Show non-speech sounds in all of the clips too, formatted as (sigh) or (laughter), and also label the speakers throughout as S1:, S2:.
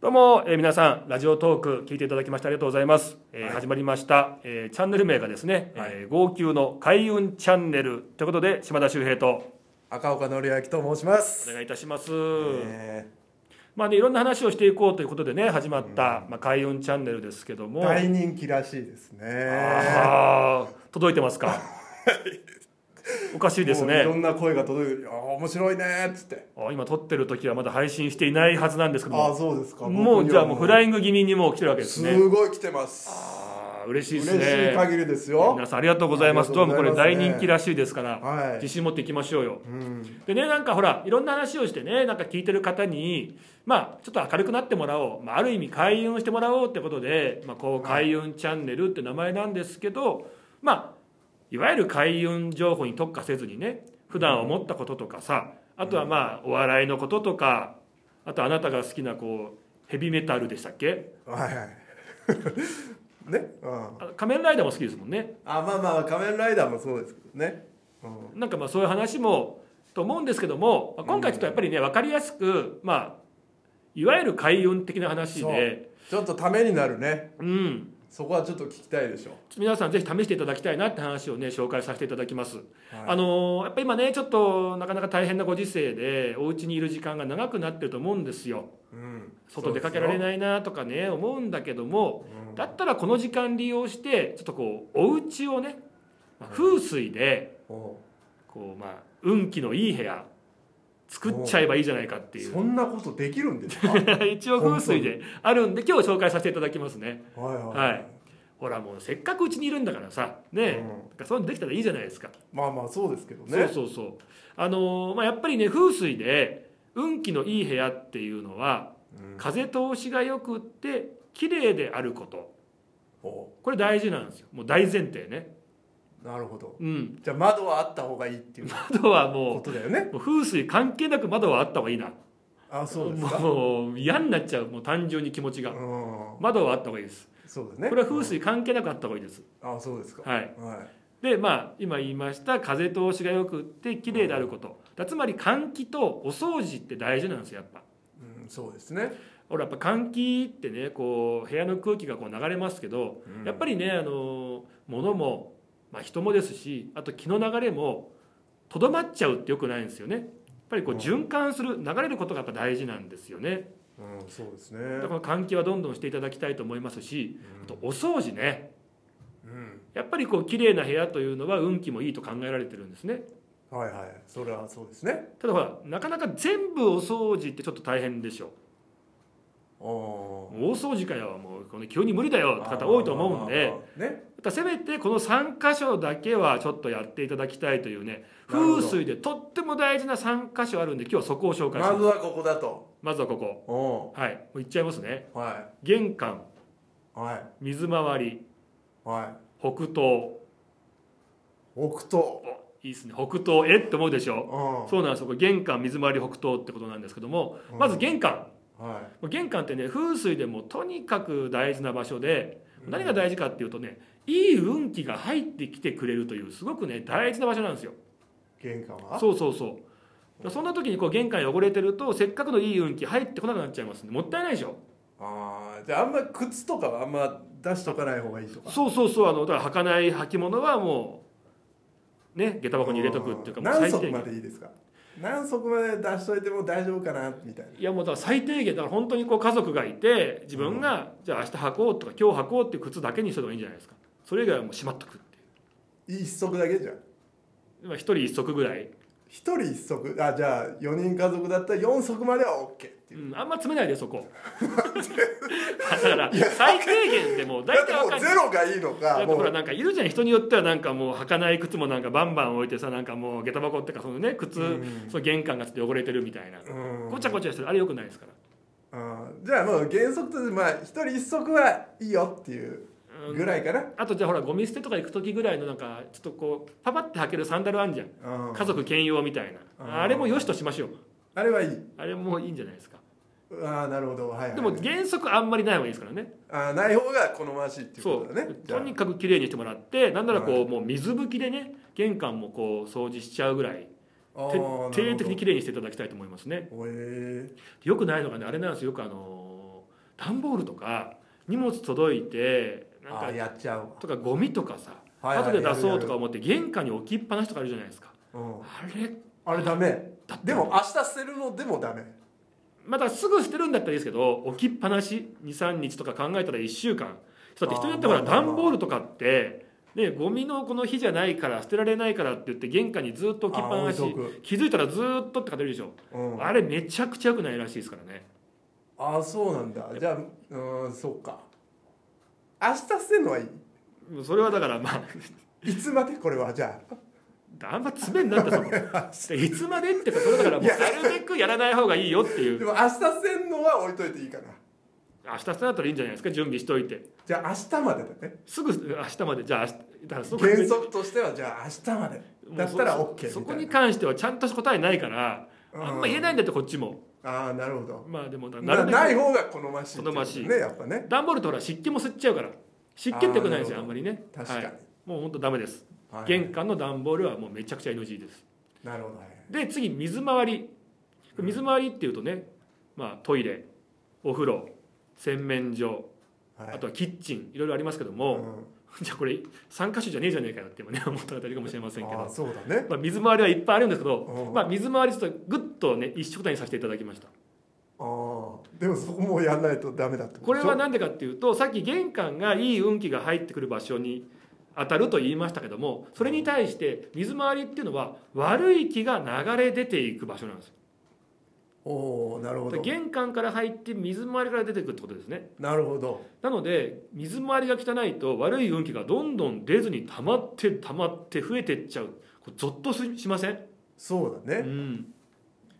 S1: どうも、えー皆さんラジオトーク聞いていただきましてありがとうございます、えー始まりました、えーチャンネル名がですね、えー号泣の開運チャンネルということで島田秀平と
S2: 赤岡典明と申します
S1: お願いいたします、
S2: え
S1: まあねいろんな話をしていこうということでね始まった、まあ、開運チャンネルですけど
S2: ー
S1: も
S2: 大人気らしいですね
S1: あー届いてます
S2: (laughs)
S1: かおかしいです
S2: もういろ
S1: ね
S2: んな声が届いて「あー面白いね」っつって
S1: あ今撮ってる時はまだ配信していないはずなんですけど
S2: ああ
S1: も
S2: そうですか
S1: もうじゃあもうフラ
S2: イ
S1: イング気味にもう来てるわけですね
S2: すごい来てます
S1: あー嬉しいで
S2: 嬉
S1: すね
S2: しい限りですよ
S1: 皆さんありがとうございます
S2: あり
S1: ど
S2: が
S1: うも
S2: とう
S1: こ
S2: ござい
S1: れ
S2: ます
S1: 大人気らしいですから、
S2: はい
S1: 自信持っていきましょうよ
S2: うん
S1: でねなんかほらいろんな話をしてねなんか聞いてる方にまあちょっと明るくなってもらおう、まあ、ある意味開運してもらおうってことで、まあ、こう開運チャンネルって名前なんですけど、まあいわゆる開運情報に特化せずにね普段思ったこととかさあとはまあお笑いのこととかあとあなたが好きなこうヘビメタルでしたっけ
S2: はい (laughs) はいねうん
S1: あ仮面ライダーも好きですもんね
S2: あまあまあ仮面ライダーもそうですけどねうん
S1: なんかまあそういう話もと思うんですけども、まあ今回ちょっとやっぱりね分かりやすく、まあ、いわゆる開運的な話で
S2: ちょっとためになるね
S1: うん、
S2: そこはちょっと聞きたいでしょ
S1: 皆さんぜひ試していただきたいなって話をね紹介させていただきます、
S2: はい
S1: あのーやっぱ今ねちょっとなかなか大変なご時世でお家にいる時間が長くなってると思うんですよ
S2: うん
S1: 外出かけられ
S2: い
S1: ないなとかね思うんだけどもだったらこの時間利用してちょっとこうお家をねまあ風水でこうまあ運気のいい部屋作っちゃえばいいじゃないかっていう
S2: そんなことできる
S1: (laughs)
S2: んですかはい (laughs)
S1: 一応風水であるんで今日紹介させていただきますね
S2: は
S1: はいほらもうせっかくうちにいるんだからさねえ、
S2: うん
S1: だからそういうのできたらいいじゃないですか、
S2: まあまあそうですけどね
S1: そうそうそうあのーまあ、やっぱりね風水で運気のいい部屋っていうのは
S2: うん
S1: 風通しがよくって綺麗であること
S2: お
S1: これ大事なんですよもう大前提ね
S2: なるほど
S1: うん
S2: じゃあ窓はあった方がいいっていう
S1: あとはも
S2: ことだよね
S1: うもう風水関係なく窓はあった方がいいな
S2: あそうですか
S1: もう嫌になっちゃうもう単純に気持ち
S2: う
S1: が
S2: ん
S1: 窓はあった方がいいです
S2: そうですね
S1: これは風水関係なくあった方がいいです
S2: うんあそうですか
S1: はい
S2: はい
S1: でまあ今言いました風通しがよくって綺麗であること、だつまり換気とお掃除って大事なんですよやっぱ
S2: うんそうですね
S1: 俺やっぱ換気ってねこう部屋の空気がこう流れますけど、
S2: うん
S1: やっぱりねあの物も、まあ、人もですしあと気の流れもとどまっちゃうってよくないんですよねやっぱりこう
S2: うん
S1: 循環する流れることがやっぱ大事なんですよね
S2: うんそうですね
S1: だから換気はどんどんしていただきたいと思いますしあとお掃除ね
S2: うん
S1: やっぱりこう綺麗な部屋というのは運気もいいと考えられてるんですね
S2: はいはいそれはそうですね
S1: ただほらなかなか全部お掃除ってちょっと大変でしょ
S2: お
S1: 大掃除かよもうこの急に無理だよって方多いと思うんで
S2: ね
S1: だからせめてこの3箇所だけはちょっとやっていただきたいというね風水でとっても大事な3箇所あるんで今日はそこを紹介し
S2: ま
S1: ます
S2: ずはここだと
S1: まずはここ
S2: お
S1: はいもういっちゃいますね
S2: は
S1: 玄関
S2: いはい
S1: 水回り
S2: はい
S1: 北東
S2: 奥と
S1: おいいですね北東えって思うでしょ
S2: う
S1: そうなんですよこれ玄関水回り北東ってことなんですけども
S2: うん
S1: まず玄関
S2: んは
S1: 玄関ってね風水でもとにかく大事な場所で
S2: うん
S1: 何が大事かっていうとねいい運気が入ってきてくれるというすごくね大事な場所なんですよ
S2: い玄関は
S1: そうそうそうそんな時にこう玄関汚れてるとせっかくのいい運気入ってこなくなっちゃいますんでもったいないでしょ
S2: ああじゃああんま靴とかはあんま出しとかない方がいいとか
S1: そうそうそうあのだから儚い履物はもうね下駄箱に入れとくっていうか
S2: ん
S1: もう
S2: 何
S1: 最
S2: 足
S1: 低
S2: ま
S1: 限
S2: でいいですか何足まで出しといても大丈夫かなみたいない
S1: やもうだから最低限だから本当にこう家族がいて自分がじゃあ明日履こうとか今日履こうっていう靴だけにした方がいいんじゃないですかそれ以外はもうしまっとくっていう
S2: 一足だけじゃん
S1: まあ一人一足ぐらい
S2: 一人一足あじゃあ4人家族だったら4足までは OK って
S1: う、
S2: いうん
S1: あんま詰めないでそこだから最低限でもう
S2: だ
S1: 大
S2: って
S1: 体
S2: も
S1: わか
S2: う
S1: る
S2: ゼロがいいの
S1: だ
S2: か
S1: って
S2: も
S1: ほら
S2: う
S1: なんかいるじゃん人によってはなんかもう履かない靴もなんかバンバン置いてさなんかもう下駄箱っていうかそのね靴、
S2: うん
S1: その玄関がちょっと汚れてるみたいな、
S2: うん
S1: ごちゃごちゃしてるあれよくないですから
S2: うんじゃあもう原則としてまあ一人一足はいいよっていうぐらいかな、
S1: あとじゃあほらゴミ捨てとか行く時ぐらいのなんかちょっとこうパパって履けるサンダルあんじゃん
S2: うん
S1: 家族兼用みたいな、
S2: うん
S1: あれもよしとしましょう
S2: あれはいい
S1: あれもいいんじゃないですか
S2: ああなるほどはい、はい、
S1: でも原則あんまりない方がいいですからね
S2: あーない方が好ましいっていう
S1: そ
S2: こと
S1: う
S2: だねじゃ
S1: と
S2: あ
S1: にかく綺麗にしてもらってなんならこうもう水拭きでね玄関もこう掃除しちゃうぐらい
S2: あー
S1: て
S2: なるほど
S1: 徹底的に綺麗にしていただきたいと思いますね
S2: おえ
S1: よくないのがねあれなんですよよくあのー段ボールとか荷物届いてなん
S2: あ
S1: か
S2: ーやっちゃうわ、
S1: とかゴミとかさ、
S2: はいはい
S1: 後で出そうとか思って玄関に置きっぱなしとかあるじゃないですか
S2: うん、
S1: あれ
S2: あれダメ
S1: だって
S2: でも明日捨てるのでもダメ
S1: またすぐ捨てるんだったらいいですけど置きっぱなし23日とか考えたら1週間だって人によってほら
S2: あーまあまあまあ
S1: 段ボールとかってでゴミのこの日じゃないから捨てられないからって言って玄関にずっと置きっぱなし
S2: あー置いと
S1: 気づいたらずっとって方いるでしょ、
S2: うん、
S1: あれめちゃくちゃ良くないらしいですからね
S2: ああそうなんだじゃあうーんそっか明日捨てるのはいい
S1: それはだからまあ
S2: いつまでこれはじゃ
S1: あんま詰めになったそ
S2: (laughs)
S1: こでいつまでってかそれだからもう
S2: いや
S1: なるべくやらない方がいいよってい
S2: あ
S1: う
S2: でも明日捨てるのは置いといていいかな
S1: 明日捨てなったらいいんじゃないですか準備しといて
S2: じゃあ明日までだね
S1: すぐ明日までじゃあ明日だからそこ
S2: 原則としてはじゃあ明日までだったら
S1: もう
S2: OK みたいな
S1: そそこに関してはちゃんとした答えないからあんま言えないんだってこっちも
S2: ああなるほど
S1: まあでもな
S2: な
S1: るべ
S2: ない方が好ましいってこと
S1: 好ましい
S2: ねやっぱね
S1: く段ボールとほら湿気も吸っちゃうから湿気ってよくないんですよあ
S2: あーなるほど
S1: んまりね
S2: 確かに
S1: はい、もう本当ダメです、
S2: はい
S1: 玄関の段ボールはもうめちゃくちゃ NG です
S2: なるほど
S1: で次水回り水回りっていうとね、まあ、トイレお風呂洗面所、
S2: はい
S1: あとはキッチンいろいろありますけど
S2: う
S1: も、
S2: ん
S1: (laughs) じゃあこれ3箇所じゃねえじゃねえかよってもね思った方いるかもしれませんけ
S2: ああ
S1: ど、
S2: そうだね
S1: まあ、水回りはいっぱいあるんですけ
S2: う
S1: ど
S2: ん、
S1: まあ、水回りちょっとグッとね一緒くたにさせていただきました
S2: ああでもそこもやんないとダメだって
S1: これは
S2: ね
S1: 何でかっていうとさっき玄関がいい運気が入ってくる場所に当たると言いましたけどもそれに対して水回りっていうのは悪い気が流れ出ていく場所なんですよ
S2: おおなるほど
S1: 玄関から入って水回りから出てくるってことですね
S2: なるほど
S1: なので水回りが汚いと悪い運気がどんどん出ずに溜まって溜まって増えてっちゃうこれゾッとししません
S2: そうだ
S1: う
S2: ね
S1: ん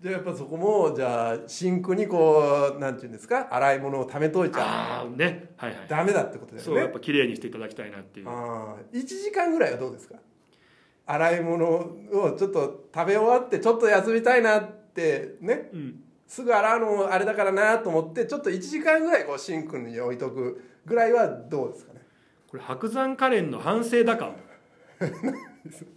S2: じゃあやっぱそこもじゃあシンクにこうなんていうんですか洗い物を溜めといちゃ
S1: ああねはいはい
S2: ダメだってことだ
S1: そうや
S2: よ
S1: っ
S2: ね
S1: ぱ綺麗にしていただきたいなっていう
S2: ああ1時間ぐらいはどうですか洗い物をちょっと食べ終わってちょっと休みたいなってね
S1: うん
S2: すぐ洗うのもあれだからなと思ってちょっと1時間ぐらいこうシンクに置いとくぐらいはどうですかね
S1: これ白山カレンの反省だか (laughs)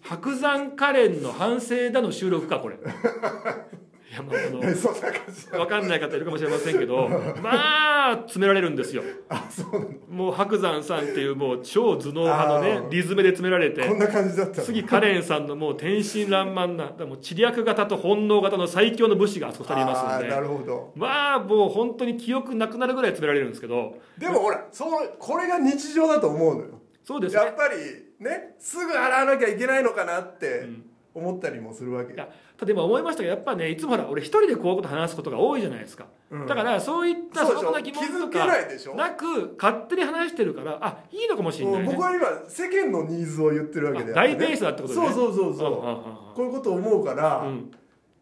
S1: 白山カレンの反省だの収録かこれいやまああの
S2: (laughs) そんな感じ
S1: 分かんない方いるかもしれませんけどまあ詰められるんですよ
S2: あそうなんだ
S1: もう白山さんっていうもう超頭脳派の
S2: あ
S1: ね
S2: ー
S1: リズムで詰められ
S2: こ
S1: て
S2: んな感じだったの
S1: 次カレンさんのもう天真爛漫なだからもう知略型と本能型の最強の武士があそこにいます
S2: あ
S1: ん
S2: ーな
S1: で
S2: るほど
S1: まあもう本当に記憶なくなるぐらい詰められるんですけど
S2: でもほらそうこれが日常だと思うのよ
S1: そうです
S2: や
S1: ね
S2: っぱりねすぐ洗わなきゃいけないのかなって
S1: ん
S2: 思ったりもするわけ
S1: い
S2: よ
S1: やただ今思いましたけどやっぱねいつもほら俺一人でこういうこと話すことが多いじゃないですか、
S2: うん
S1: だからそういった
S2: そ
S1: そう
S2: でしょ
S1: んな疑問と
S2: 気づけ
S1: か
S2: ないでしょ
S1: なく勝手に話してるからあいいのかもしれな
S2: もう
S1: い
S2: 僕
S1: ね
S2: は今世間のニーズを言ってるわけで
S1: あ大ベースだってことね
S2: そうそうそうそう
S1: うんうんうん
S2: こういうこと思うから、
S1: うん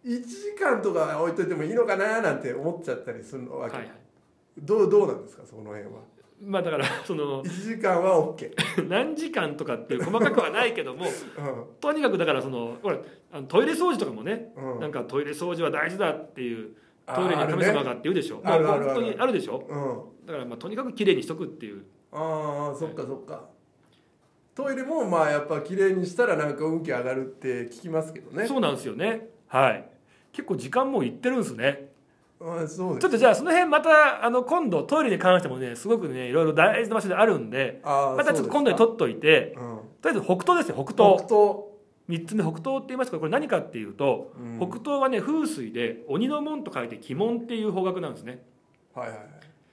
S2: 1時間とか置いといてもいいのかななんて思っちゃったりするの
S1: は
S2: わ
S1: い
S2: け、
S1: はい
S2: どうどうなんですかその辺は
S1: まあだから (laughs) その
S2: 1時間は OK、
S1: 何時間とかっていう細かくはないけども (laughs)
S2: う
S1: とにかくだからそのほらあのトイレ掃除とかもね、
S2: うん
S1: なんかトイレ掃除は大事だっていう
S2: あー
S1: トイレに
S2: ある
S1: 神
S2: ね
S1: 様がって言うでしょ
S2: あるあ
S1: も
S2: る
S1: う本当に
S2: ある
S1: あるでしょ
S2: んうん、
S1: だからまあとにかく綺麗にしとくっていう
S2: ああそっかそっか、トイレもまあやっぱ綺麗にしたらなんか運気上がるって聞きますけどね
S1: そうなんですよねはい結構時間もういってるんですね
S2: あそうで
S1: ちょ
S2: す
S1: っとじゃあその辺またあの今度トイレに関してもねすごくねいろいろ大事な場所であるんで
S2: あー
S1: またちょっと今度に
S2: そう
S1: 取っといて
S2: ですかうん
S1: とりあえず北東ですよ北
S2: 北
S1: 東
S2: 東
S1: 3つ目北東って言いましたけどこれ何かっていうと、
S2: うん
S1: 北東はね風水で鬼の門と書いて鬼門っていう方角なんですね
S2: はいはいは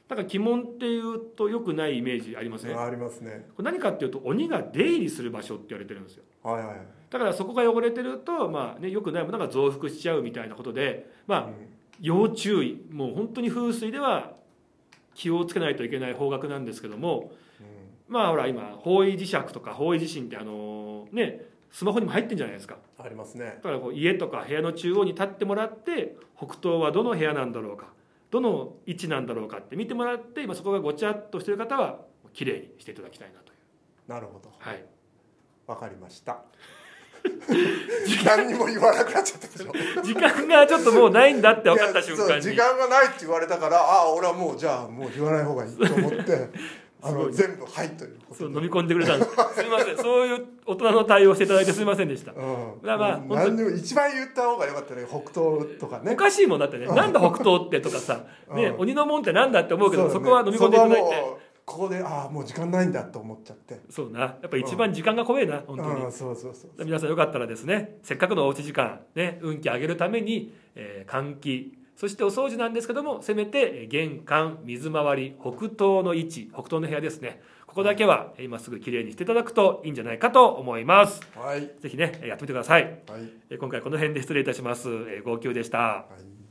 S1: だから鬼門っていうと良くないイメージありません
S2: い
S1: こ
S2: あありますね
S1: れ何かっていうと鬼が出入りする場所って言われてるんですよ
S2: はいはいはい
S1: だからそこが汚れてるとまあね良くないものが増幅しちゃうみたいなことでまあ要注意もう本当に風水では気をつけないといけない方角なんですけども
S2: うん
S1: まあほら今方位磁石とか方位地震ってあのねスマホにも入ってんじゃないですか
S2: ありますね
S1: だからこう家とか部屋の中央に立ってもらって北東はどの部屋なんだろうかどの位置なんだろうかって見てもらって今そこがごちゃっとしてる方は綺麗にしていただきたいなという
S2: なるほど
S1: はい (laughs)
S2: わかりました何にも言わなくなっちゃったでしょ
S1: 時間がちょっともうないんだって分かった瞬
S2: いやそ
S1: 間
S2: う時
S1: に。
S2: 間がないって言われたからああ俺はもうじゃあもう言わない方がいいと思って
S1: (laughs)
S2: あ
S1: すごい
S2: の全部「はい」ということ
S1: そう飲み込んでくれたんですすみませんそういう大人の対応していただいてすみませんでした
S2: うん、
S1: まあまあ
S2: うん
S1: 本当に
S2: 何でも一番言った方が良かったね北東とか
S1: お
S2: ね
S1: かしいもんだってね、なんだ北東ってとかさ、ね、
S2: うん
S1: 鬼の門ってなんだって思うけど、そ
S2: だね
S1: こは飲み込んでいただい
S2: そこは
S1: て、
S2: もうここでああもう時間ないんだと思っちゃって
S1: そうな、やっぱ一番時間が怖えな、本当に
S2: う。んそうそうそう
S1: 皆さんよかったらですねせっかくのおうち時間、ね、運気上げるために、えー換気そしてお掃除なんですけどもせめてえー玄関水回り北東の位置北東の部屋ですねここだけはえー今すぐきれいにしていただくといいんじゃないかと思います
S2: はい
S1: ぜひねえーやってみてください
S2: はい
S1: えー今回この辺で失礼いたしますえー号泣でした
S2: はい